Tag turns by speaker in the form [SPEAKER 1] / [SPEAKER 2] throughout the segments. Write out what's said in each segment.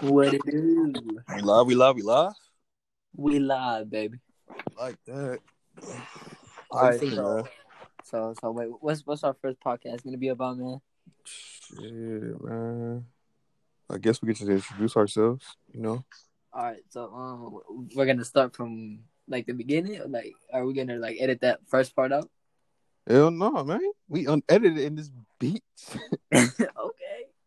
[SPEAKER 1] What it do?
[SPEAKER 2] We love, we love, we love.
[SPEAKER 1] We live, baby.
[SPEAKER 2] Like that.
[SPEAKER 1] All
[SPEAKER 2] All
[SPEAKER 1] right,
[SPEAKER 2] right, man.
[SPEAKER 1] So, so wait, what's what's our first podcast gonna be about, man?
[SPEAKER 2] Shit, man. I guess we get to introduce ourselves, you know?
[SPEAKER 1] All right, so um, we're gonna start from like the beginning. Or, like, are we gonna like edit that first part out?
[SPEAKER 2] Hell no, man. We unedited in this beat.
[SPEAKER 1] okay.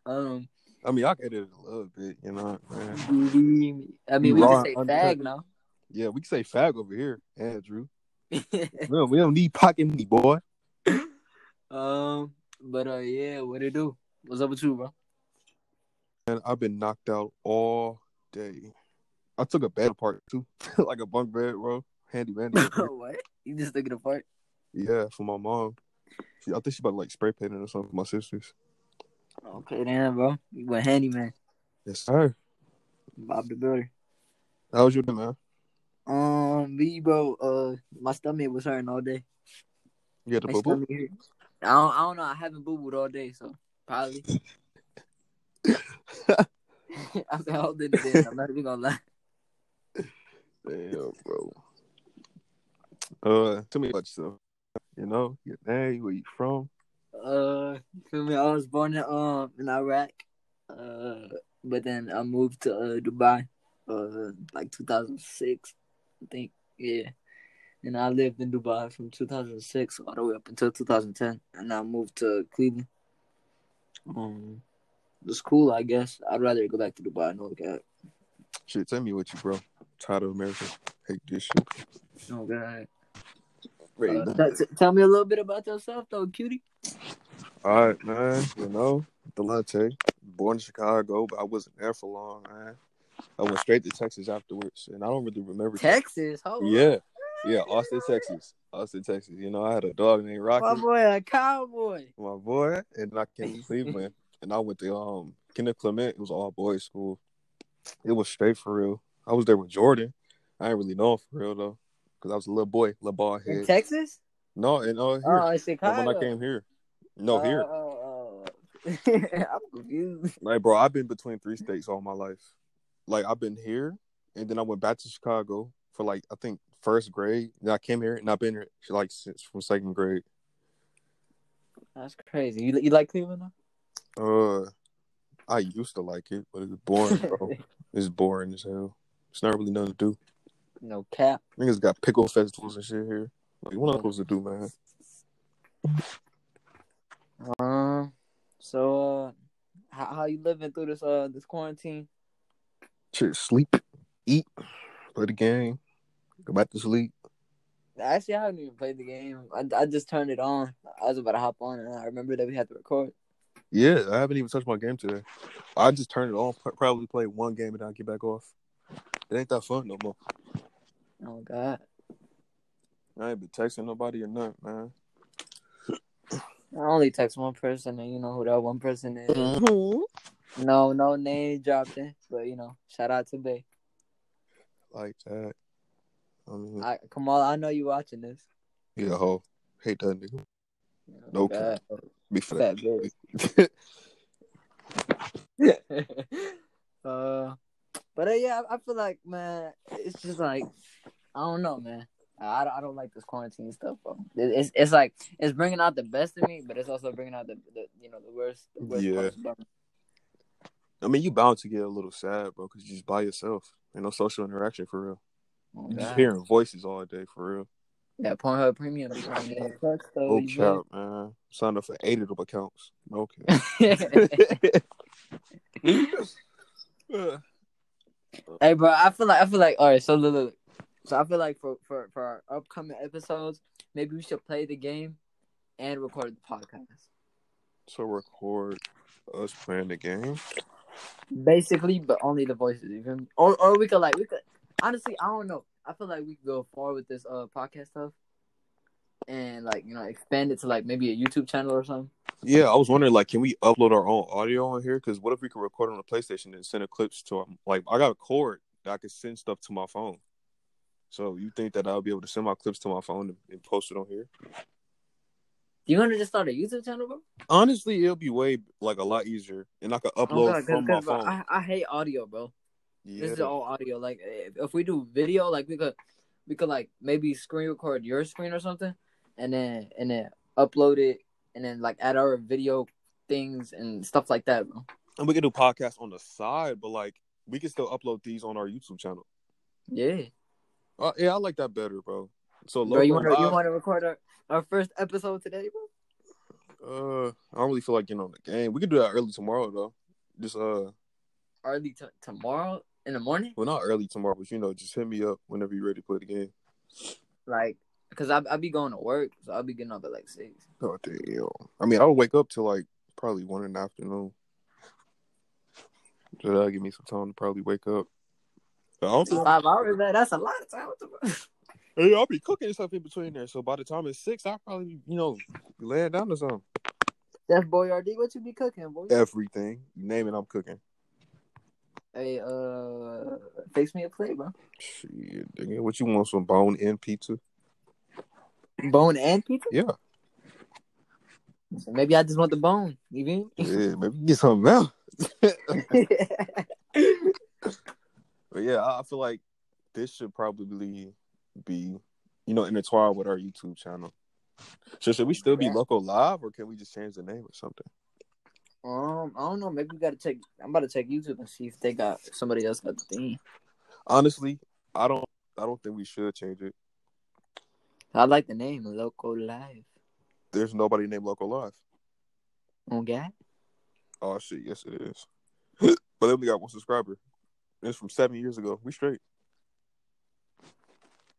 [SPEAKER 1] Um,
[SPEAKER 2] I mean, I can edit it a little bit, you know? Man.
[SPEAKER 1] I mean, we
[SPEAKER 2] Raw
[SPEAKER 1] can say
[SPEAKER 2] and
[SPEAKER 1] fag now.
[SPEAKER 2] Yeah, we can say fag over here, Andrew. We don't, we don't need pocket me, boy.
[SPEAKER 1] um, but uh, yeah, what it do? What's up with you, bro?
[SPEAKER 2] And I've been knocked out all day. I took a bed apart, too. like a bunk bed, bro. Handy bandy.
[SPEAKER 1] what? You just took it apart?
[SPEAKER 2] yeah, for my mom. She, I think she about to, like spray painting or something for my sisters.
[SPEAKER 1] Okay, then, bro. You went handy, man.
[SPEAKER 2] Yes, sir.
[SPEAKER 1] Bob the builder.
[SPEAKER 2] How was your day, man?
[SPEAKER 1] Um, me, bro. Uh, my stomach was hurting all day.
[SPEAKER 2] You had the
[SPEAKER 1] My
[SPEAKER 2] boo boo?
[SPEAKER 1] stomach hurt. I don't, I don't know. I haven't boo booed all day, so probably. I've been holding it in. I'm not even gonna lie.
[SPEAKER 2] Damn, bro. Uh, tell me about yourself. You know, your name, where you from?
[SPEAKER 1] Uh, you feel me? I was born in um in Iraq, uh, but then I moved to uh, Dubai, uh, like 2006, I think. Yeah, and I lived in Dubai from 2006 all the way up until 2010, and I moved to Cleveland. Um, it's cool, I guess. I'd rather go back to Dubai. No cap.
[SPEAKER 2] Shit, tell me what you, bro. Tired of America. Hate this shit.
[SPEAKER 1] No Oh, god.
[SPEAKER 2] Ready,
[SPEAKER 1] Uh, t-
[SPEAKER 2] man.
[SPEAKER 1] t- tell me a little bit about yourself, though, cutie.
[SPEAKER 2] All right, man. You know, Delonte. Born in Chicago, but I wasn't there for long, man. I went straight to Texas afterwards, and I don't really remember.
[SPEAKER 1] Texas, hold on.
[SPEAKER 2] Yeah, yeah, Austin, Texas. Austin, Texas. You know, I had a dog named Rocky.
[SPEAKER 1] My boy, a cowboy.
[SPEAKER 2] my boy, and I came to Cleveland, and I went to um Kenneth Clement. It was all boys school. It was straight for real. I was there with Jordan. I didn't really know him for real though, because I was a little boy, little bald
[SPEAKER 1] In
[SPEAKER 2] head.
[SPEAKER 1] Texas?
[SPEAKER 2] no, and oh here,
[SPEAKER 1] Oh, in
[SPEAKER 2] Not
[SPEAKER 1] Chicago.
[SPEAKER 2] when I came here, no here,
[SPEAKER 1] Oh, oh, oh. I'm confused.
[SPEAKER 2] like bro, I've been between three states all my life. Like I've been here, and then I went back to Chicago for like I think first grade. Then I came here, and I've been here like since from second grade.
[SPEAKER 1] That's crazy. You you like Cleveland?
[SPEAKER 2] Uh, I used to like it, but it's boring, bro. it's boring as hell. It's not really nothing to do.
[SPEAKER 1] No cap.
[SPEAKER 2] Niggas got pickle festivals and shit here. Like, what am I supposed to do, man?
[SPEAKER 1] Um. So, uh, how how you living through this uh this quarantine?
[SPEAKER 2] Shit, sleep, eat, play the game, go back to sleep.
[SPEAKER 1] Actually, I haven't even played the game. I, I just turned it on. I was about to hop on, and I remember that we had to record.
[SPEAKER 2] Yeah, I haven't even touched my game today. I just turned it on, pr- probably play one game and I'll get back off. It ain't that fun no more.
[SPEAKER 1] Oh God.
[SPEAKER 2] I ain't been texting nobody or nothing, man.
[SPEAKER 1] I only text one person, and you know who that one person is. No, no name dropped in, but you know, shout out to Bay.
[SPEAKER 2] Like that. I mean,
[SPEAKER 1] I, Kamal, I know you watching this.
[SPEAKER 2] yeah, ho. Hate that nigga.
[SPEAKER 1] Oh,
[SPEAKER 2] No
[SPEAKER 1] God.
[SPEAKER 2] Big for
[SPEAKER 1] Fat
[SPEAKER 2] that.
[SPEAKER 1] bitch. uh, but uh, yeah, I, I feel like man, it's just like I don't know, man. I, I don't- I don't like this quarantine stuff, bro. It, it's it's like it's bringing out the best in me, but it's also bringing out the, the you know the worst. The worst
[SPEAKER 2] Yeah.
[SPEAKER 1] parts about me.
[SPEAKER 2] I mean, you bound to get a little sad, bro, because you just by yourself. Ain't no social interaction for real.
[SPEAKER 1] Oh,
[SPEAKER 2] You just
[SPEAKER 1] God.
[SPEAKER 2] hearing voices all day for real.
[SPEAKER 1] That Pornhub Premium. be trying to get in touch, though,
[SPEAKER 2] Oh,
[SPEAKER 1] you
[SPEAKER 2] cap, man. Signed up for eight of them accounts. Okay.
[SPEAKER 1] know? Hey, bro, I feel like I feel like all right. So look, look, look. so I feel like for for for our upcoming episodes, maybe we should play the game and record the podcast.
[SPEAKER 2] so record us playing the game.
[SPEAKER 1] Basically, but only the voices. You feel me? Or or we could like we could honestly, I don't know. I feel like we could go far with this uh podcast stuff, and like you know expand it to like maybe a YouTube channel or something.
[SPEAKER 2] Yeah, I was wondering, like, can we upload our own audio on here? Because what if we could record on the PlayStation and send a clips to, um, like, I got a cord that I could send stuff to my phone. So you think that I'll be able to send my clips to my phone and, and post it on here?
[SPEAKER 1] you want to just start a YouTube channel, bro?
[SPEAKER 2] Honestly, it'll be way like a lot easier, and I could upload
[SPEAKER 1] Oh, God, 'cause-
[SPEAKER 2] from
[SPEAKER 1] 'cause,
[SPEAKER 2] my
[SPEAKER 1] bro,
[SPEAKER 2] phone.
[SPEAKER 1] I, I hate audio, bro.
[SPEAKER 2] yeah,
[SPEAKER 1] This is all audio. Like if, if we do video, like we could we could like maybe screen record your screen or something, and then and then upload it, and then like add our video things and stuff like that, bro.
[SPEAKER 2] and we can do podcasts on the side, but like we can still upload these on our YouTube channel.
[SPEAKER 1] Yeah,
[SPEAKER 2] Uh, yeah, I like that better, bro. So,
[SPEAKER 1] bro. You
[SPEAKER 2] Loco
[SPEAKER 1] want to you
[SPEAKER 2] Live-
[SPEAKER 1] want to record our, our first episode today, bro?
[SPEAKER 2] Uh, I don't really feel like getting on the game. We could do that early tomorrow though. Just uh,
[SPEAKER 1] Early t- tomorrow in the morning,
[SPEAKER 2] well, not early tomorrow, but you know, just hit me up whenever you're ready to play the game.
[SPEAKER 1] like because I I be going to work, so I'll be getting up at like six.
[SPEAKER 2] Oh damn! I mean, I'll wake up till like probably one in the afternoon. So that'll give me some time to probably wake up. But I don't think-
[SPEAKER 1] Five hours, man. That's a lot of time. What the fuck?
[SPEAKER 2] Hey, I'll be cooking and stuff in between there. So by the time it's six, I'll probably you know be laying down or something.
[SPEAKER 1] Chef Boyardee, what you be cooking, boy?
[SPEAKER 2] Everything, you name it, I'm cooking.
[SPEAKER 1] Hey, uh, fix me a plate, bro.
[SPEAKER 2] Shit, nigga, what you want? Some bone in pizza?
[SPEAKER 1] Bone and pizza?
[SPEAKER 2] Yeah,
[SPEAKER 1] So maybe I just want the bone. You mean?
[SPEAKER 2] yeah. Maybe get something else. But yeah, I I feel like this should probably be, you know, intertwined with our YouTube channel. So should we still be
[SPEAKER 1] Yeah.
[SPEAKER 2] Loco Live, or can we just change the name or something?
[SPEAKER 1] um, I don't know. Maybe we gotta check. I'm about to check YouTube and see if they got somebody else got the thing.
[SPEAKER 2] Honestly, I don't, I don't think we should change it.
[SPEAKER 1] I like the name Loco Live.
[SPEAKER 2] There's nobody named Loco Live.
[SPEAKER 1] On God,
[SPEAKER 2] Oh shit, yes it is. but they only got one subscriber. It's from seven years ago. We straight.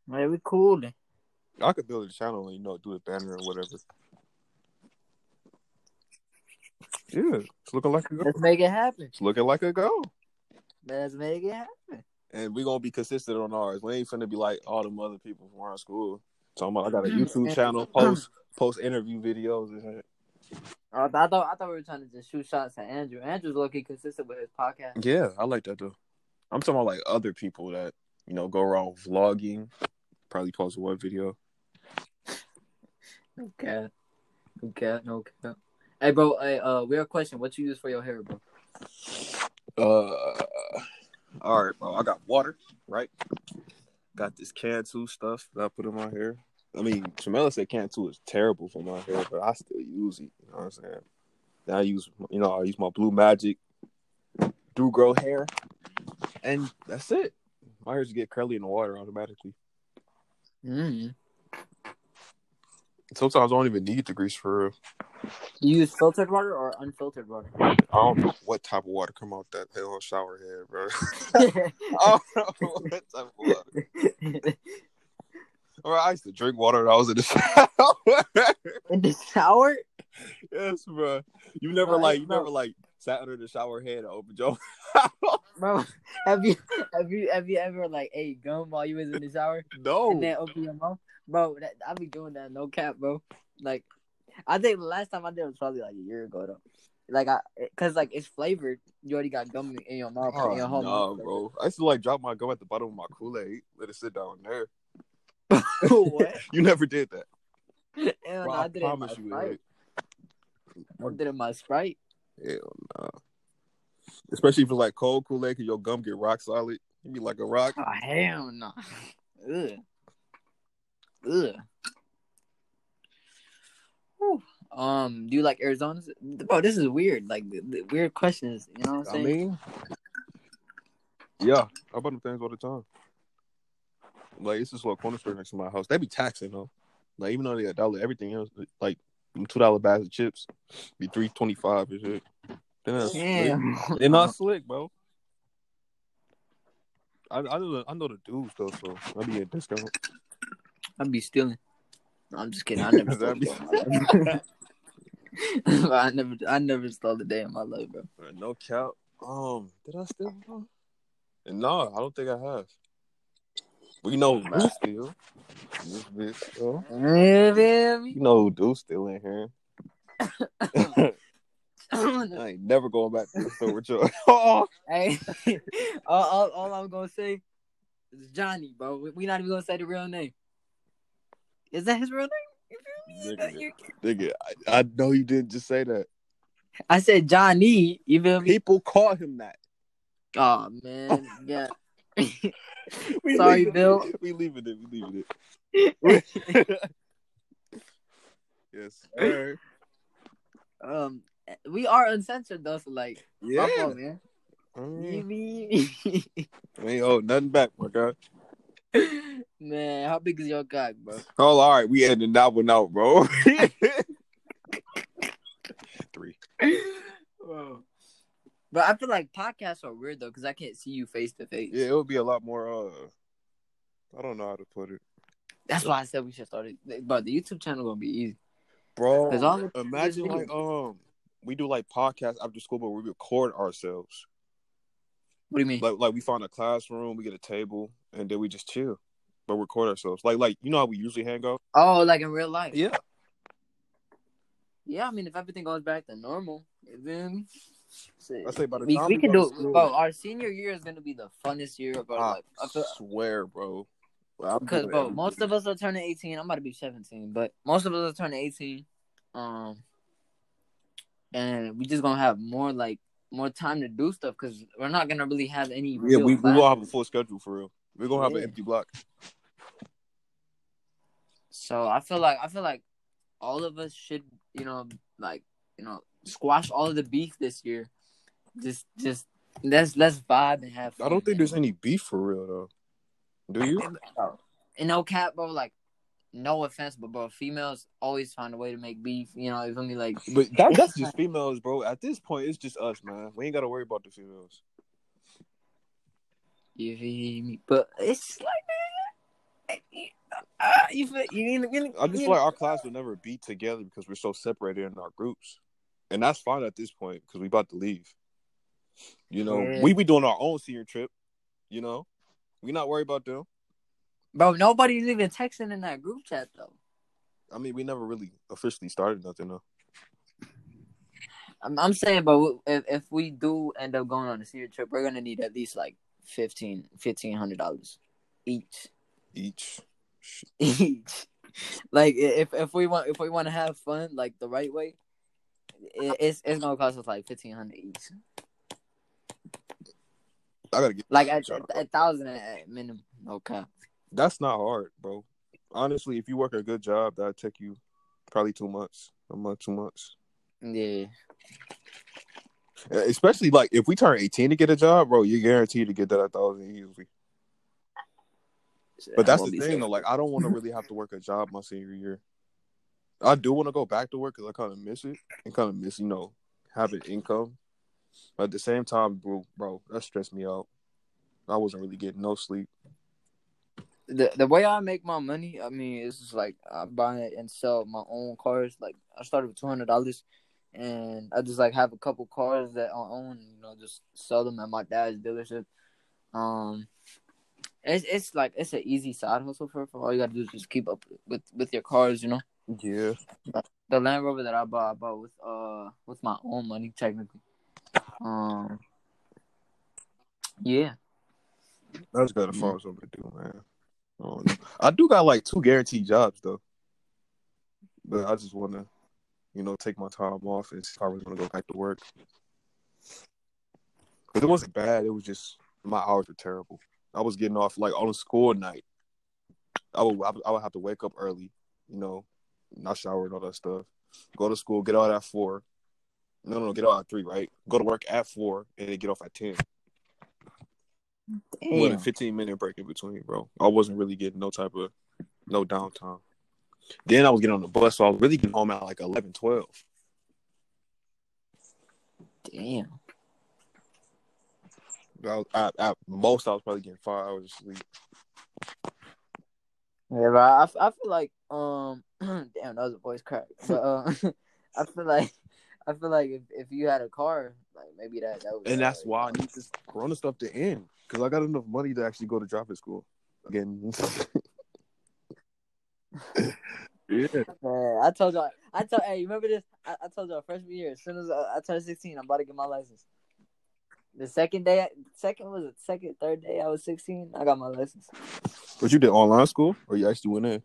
[SPEAKER 1] man, we cool. Then.
[SPEAKER 2] I could build a channel and you know do the banner or whatever. Yeah, it's looking like a go.
[SPEAKER 1] Let's make it happen.
[SPEAKER 2] It's looking like a go.
[SPEAKER 1] Let's make it happen.
[SPEAKER 2] and we're gonna be consistent on ours. We ain't finna be like all them other people from our school. Talking about I got a YouTube channel, post post interview videos and shit.
[SPEAKER 1] I th- I thought I thought we were trying to just shoot shots at Andrew. Andrew's low-key consistent with his podcast.
[SPEAKER 2] Yeah, I like that though. I'm talking about like other people that, you know, go around vlogging, probably post one video.
[SPEAKER 1] No cap. No cap. No cap. Hey, bro. Hey, uh, weird question. What you use for your hair, bro?
[SPEAKER 2] Uh all right, bro. I got water, right? Got this Cantu stuff that I put in my hair. I mean, Jamela said Cantu is terrible for my hair, but I still use it. You know what I'm saying? Then I use, you know, I use my Blue Magic, do grow hair, and that's it. My hair just get curly in the water automatically.
[SPEAKER 1] Mm.
[SPEAKER 2] Sometimes I don't even need the grease for real.
[SPEAKER 1] You use filtered water or unfiltered water?
[SPEAKER 2] I don't know what type of water come out that hell shower head, bro. I
[SPEAKER 1] oh.
[SPEAKER 2] don't know what type of water. Bro, I used to drink water when I was in the shower.
[SPEAKER 1] In the shower?
[SPEAKER 2] Yes, bro. You never
[SPEAKER 1] Bro,
[SPEAKER 2] like
[SPEAKER 1] hey,
[SPEAKER 2] you
[SPEAKER 1] bro.
[SPEAKER 2] never like sat under the shower head and opened your
[SPEAKER 1] Bro, have you have you have you ever like ate gum while you was in the shower
[SPEAKER 2] no.
[SPEAKER 1] and then open your mouth? Bro, that, I be doing that no cap, bro. Like, I think the last time I did was probably like a year ago though. Like I, cause like it's flavored. You already got gum in your mouth.
[SPEAKER 2] Oh,
[SPEAKER 1] in your whole
[SPEAKER 2] no,
[SPEAKER 1] mouth.
[SPEAKER 2] bro. I used to like drop my gum at the bottom of my Kool Aid, let it sit down there.
[SPEAKER 1] what?
[SPEAKER 2] You never did that.
[SPEAKER 1] Hell
[SPEAKER 2] Bro,
[SPEAKER 1] no,
[SPEAKER 2] I,
[SPEAKER 1] I did it in my
[SPEAKER 2] promise you,
[SPEAKER 1] sprite.
[SPEAKER 2] it.
[SPEAKER 1] I did it in my sprite.
[SPEAKER 2] especially if it's like cold Kool Aid, cause your gum get rock solid. You be like a rock.
[SPEAKER 1] Oh hell no. Ugh. Ugh. Whew. Um, do you like Arizona? Bro, this is weird. Like the, the weird questions. You know what I'm
[SPEAKER 2] I
[SPEAKER 1] saying?
[SPEAKER 2] mean, yeah, I buy them things all the time. Like it's this little corner store next to my house. They be taxing though. Like even though they a dollar, everything else, like them two dollar bags of chips, be three twenty five and shit. Then that's
[SPEAKER 1] Damn.
[SPEAKER 2] They're not slick, bro. I, I know the, I know the dudes though, so I'll be a discount.
[SPEAKER 1] I'd be stealing. No, I'm just kidding. I never stole a day in my life. I never I never stole a day in my life, bro.
[SPEAKER 2] No cap. Um, did I steal? one? No, I don't think I have. We know who steal. This bitch, though.
[SPEAKER 1] Yeah,
[SPEAKER 2] You
[SPEAKER 1] baby.
[SPEAKER 2] know who do still in here. I ain't never going back to the store with you. oh,
[SPEAKER 1] hey, all, all, all I'm gonna say is Johnny, bro. We, we not even gonna say the real name. Is that his real name?
[SPEAKER 2] Nigga, nigga I, I know you didn't just say that.
[SPEAKER 1] I said Johnny. You feel me?
[SPEAKER 2] People call him that.
[SPEAKER 1] Oh man, yeah.
[SPEAKER 2] We
[SPEAKER 1] Sorry,
[SPEAKER 2] leaving it.
[SPEAKER 1] Bill.
[SPEAKER 2] We leaving it. We leaving it. yes. Sir.
[SPEAKER 1] Um, we are uncensored though, so like, my fault, man.
[SPEAKER 2] Mm.
[SPEAKER 1] You
[SPEAKER 2] We ain't owe nothing back, my guy.
[SPEAKER 1] mean- man, how big is your cock, bro?
[SPEAKER 2] Oh, all right. We ending that one out, bro. Three.
[SPEAKER 1] But I feel like podcasts are weird though, because I can't see you face to face.
[SPEAKER 2] Yeah, it would be a lot more. uh I don't know how to put it,
[SPEAKER 1] That's why I said we should start it. But the YouTube channel gonna be easy.
[SPEAKER 2] bro.
[SPEAKER 1] 'Cause all the-
[SPEAKER 2] Imagine like um, we do like podcasts after school, but we record ourselves.
[SPEAKER 1] What do you mean?
[SPEAKER 2] Like like we find a classroom, we get a table, and then we just chill, but record ourselves. Like like you know how we usually hang out.
[SPEAKER 1] oh, like in real life.
[SPEAKER 2] Yeah.
[SPEAKER 1] Yeah, I mean, if everything goes back to normal, then
[SPEAKER 2] I say by the
[SPEAKER 1] we,
[SPEAKER 2] time
[SPEAKER 1] we
[SPEAKER 2] we
[SPEAKER 1] can
[SPEAKER 2] go
[SPEAKER 1] do
[SPEAKER 2] to
[SPEAKER 1] it.
[SPEAKER 2] school- Ah.
[SPEAKER 1] Bro, our senior year is gonna be the funnest year of our
[SPEAKER 2] I
[SPEAKER 1] life. I feel,
[SPEAKER 2] swear, bro. Well, I'm
[SPEAKER 1] Because
[SPEAKER 2] doing
[SPEAKER 1] bro,
[SPEAKER 2] everything.
[SPEAKER 1] most of us are turning eighteen. I'm about to be seventeen, but most of us are turning eighteen. Um, and we just gonna have more like more time to do stuff because we're not gonna really have any.
[SPEAKER 2] yeah,
[SPEAKER 1] real
[SPEAKER 2] we we
[SPEAKER 1] class.
[SPEAKER 2] gonna have a full schedule for real. We're gonna have
[SPEAKER 1] Yeah.
[SPEAKER 2] an empty block.
[SPEAKER 1] So I feel like I feel like all of us should you know like you know squash all of the beef this year. Just just let's let's vibe and have fun.
[SPEAKER 2] I don't think
[SPEAKER 1] man.
[SPEAKER 2] there's any beef for real though. Do you?
[SPEAKER 1] and no cap, bro. Like no offense, but bro, females always find a way to make beef. You know, you feel me? Like
[SPEAKER 2] But that, that's just females, bro. At this point, it's just us, man. We ain't gotta worry about the females.
[SPEAKER 1] You feel me? But it's like, man, ah, you feel you need, you need,
[SPEAKER 2] I just
[SPEAKER 1] you
[SPEAKER 2] feel like our class will never be together because we're so separated in our groups, and that's fine at this point because we about to leave. You know,
[SPEAKER 1] Yeah.
[SPEAKER 2] we be doing our own senior trip. You know, we not worried about them.
[SPEAKER 1] bro. Nobody's even texting in that group chat though.
[SPEAKER 2] I mean, we never really officially started nothing though.
[SPEAKER 1] I'm, I'm saying, but if if we do end up going on a senior trip, we're gonna need at least like fifteen, fifteen hundred dollars each,
[SPEAKER 2] Each,
[SPEAKER 1] each. Like i- if if we want if we want to have fun like the right way, i it's it's gonna cost us like fifteen hundred each,
[SPEAKER 2] I gotta get
[SPEAKER 1] like at at- at thousand at at minimum. Okay,
[SPEAKER 2] That's not hard, bro. Honestly, if you work a good job, that'll take you probably two months, a month, two months.
[SPEAKER 1] yeah.
[SPEAKER 2] Especially like if we turn eighteen to get a job, bro, you're guaranteed to get that a thousand easily. But that's the thing though. Like I don't want to really have to work a job my senior year. I do want to go back to work because I kind of miss it and kind of miss, you know, having income. But at the same time, bro, bro, that stressed me out. I wasn't really getting no sleep.
[SPEAKER 1] the the way I make my money, I mean, it's just like I buy and sell my own cars. Like I started with two hundred dollars, and I just like have a couple cars that I own. You know, just sell them at my dad's dealership. Um, it's it's like it's an easy side hustle for, for all you gotta do is just keep up with with your cars. You know,
[SPEAKER 2] Yeah.
[SPEAKER 1] the Land Rover that I bought, I bought with uh with my own money technically. Um, yeah.
[SPEAKER 2] That's gotta find something to do, man. I, don't know. I do got like two guaranteed jobs though, but I just wanna, you know, take my time off and see if I really wanna go back to work. Cause it wasn't bad. It was just my hours were terrible. I was getting off like on a school night. I would I would- I would have to wake up early, you know, not shower and all that stuff. Go to school, get out at four. No, no, no, get out at three, right? Go to work at four and then get off at ten. With a
[SPEAKER 1] Damn.
[SPEAKER 2] fifteen minute break in between, bro. I wasn't really getting no type of no downtime. Then I was getting on the bus, so I was really getting home at like 11, 12.
[SPEAKER 1] Damn.
[SPEAKER 2] I was, at, at most, I was probably getting five hours of sleep.
[SPEAKER 1] Yeah, but I, I feel like um damn that was a voice crack. But uh, I feel like I feel like if, if you had a car, like maybe that that would
[SPEAKER 2] And that's
[SPEAKER 1] uh,
[SPEAKER 2] why I need this Corona stuff to end because I got enough money to actually go to driving school again. yeah.
[SPEAKER 1] Man, I told y'all I told hey, you remember this? I, I told y'all freshman year, as soon as I, I turned sixteen, I'm about to get my license. The second day second was it second, third day I was sixteen, I got my license.
[SPEAKER 2] But you did online school or you actually went in?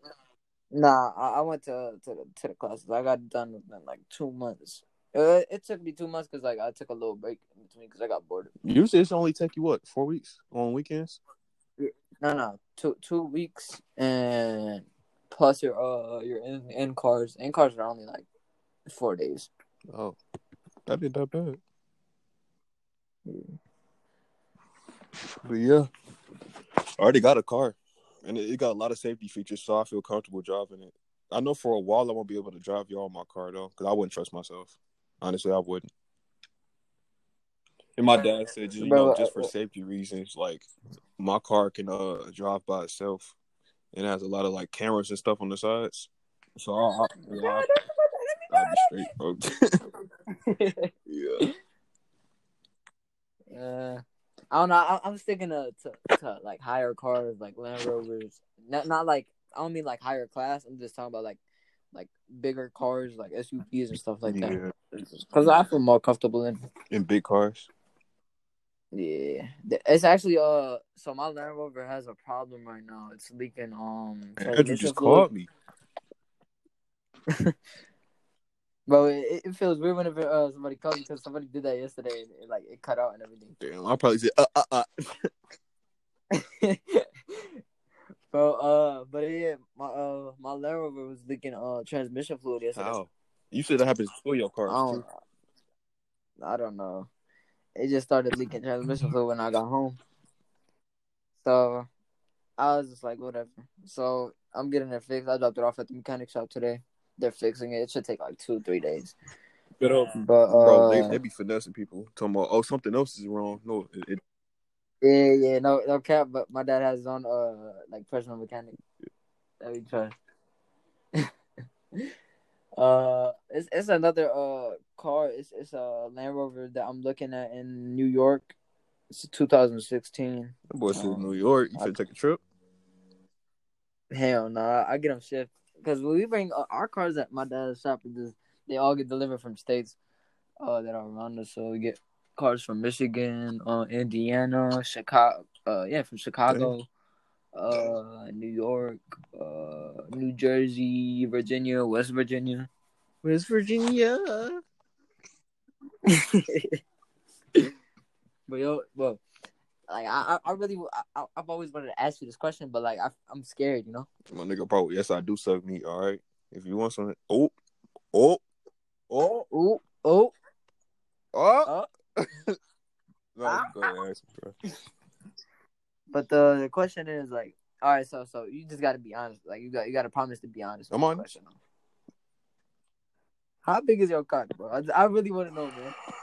[SPEAKER 1] Nah, I, I went to to the, to the classes. I got done within like two months. Uh, it took me two months because like I took a little break in between because I got bored.
[SPEAKER 2] Usually, it's only take you what four weeks on weekends.
[SPEAKER 1] No, no, two two weeks and plus your uh your in in cars. In cars are only like four days.
[SPEAKER 2] Oh, that did that bad. But yeah, I already got a car, and it, it got a lot of safety features, so I feel comfortable driving it. I know for a while I won't be able to drive y'all in my car though, because I wouldn't trust myself. Honestly, I wouldn't. And my dad said, you
[SPEAKER 1] Bro,
[SPEAKER 2] know, just for
[SPEAKER 1] uh,
[SPEAKER 2] safety reasons, like my car can uh drive by itself, and it has a lot of like cameras and stuff on the sides. So I, I, yeah, I, I'll be straight, bro. yeah.
[SPEAKER 1] Uh, I don't know. I, I'm sticking to, to to like higher cars, like Land Rovers. Not not like I don't mean like higher class. I'm just talking about like like bigger cars, like SUVs and stuff like that.
[SPEAKER 2] yeah,
[SPEAKER 1] Because I feel more comfortable in.
[SPEAKER 2] in big cars.
[SPEAKER 1] Yeah, Th- it's actually uh. So my Land Rover has a problem right now. It's leaking um
[SPEAKER 2] Man, Andrew
[SPEAKER 1] transmission
[SPEAKER 2] just
[SPEAKER 1] fluid.
[SPEAKER 2] called me.
[SPEAKER 1] Bro, it, it feels weird whenever uh, somebody calls you because somebody did that yesterday and it, like it cut out and everything.
[SPEAKER 2] Damn, I probably said, uh, uh, uh.
[SPEAKER 1] Bro, uh, but yeah, my uh, my Land Rover was leaking uh transmission fluid yesterday.
[SPEAKER 2] How? You said that happens to your
[SPEAKER 1] I
[SPEAKER 2] cars too.
[SPEAKER 1] don't, I don't know. It just started leaking transmission fluid when I got home, so I was just like, whatever. So I'm getting it fixed. I dropped it off at the mechanic shop today. They're fixing it. It should take like two, three days.
[SPEAKER 2] But, uh,
[SPEAKER 1] But
[SPEAKER 2] bro, they, they
[SPEAKER 1] uh,
[SPEAKER 2] be finessing people. Talking about, oh, something else is wrong. No, it, it,
[SPEAKER 1] yeah, yeah, no, no cap. But my dad has his own uh, like personal mechanic that we trust. Uh, it's it's another uh car. It's it's a Land Rover that I'm looking at in New York. It's a 2016.
[SPEAKER 2] that boy said
[SPEAKER 1] Um,
[SPEAKER 2] New York. You
[SPEAKER 1] I,
[SPEAKER 2] finna take a trip?
[SPEAKER 1] hell no, I get them shipped because when we bring uh, our cars at my dad's shop, it just, they all get delivered from states uh that are around us. So we get cars from Michigan, uh, Indiana, Chicago. Uh, yeah, from
[SPEAKER 2] Damn.
[SPEAKER 1] Chicago, uh, New York, uh, New Jersey, Virginia, West Virginia.
[SPEAKER 2] West Virginia.
[SPEAKER 1] But yo, well, like I, I I really, I, I- I've always wanted to ask you this question, but like I, I'm scared, you know.
[SPEAKER 2] My nigga, bro, yes, I do suck meat, all right? If you want something, oh, oh, oh,
[SPEAKER 1] Ooh, oh,
[SPEAKER 2] oh.
[SPEAKER 1] oh.
[SPEAKER 2] No, you go ass, bro.
[SPEAKER 1] But the, the question is like, all right, so so you just got to be honest. Like you got you got to promise to be honest with
[SPEAKER 2] I'm
[SPEAKER 1] this
[SPEAKER 2] on.
[SPEAKER 1] question. How big is your cock, bro? I, I really want to know, man.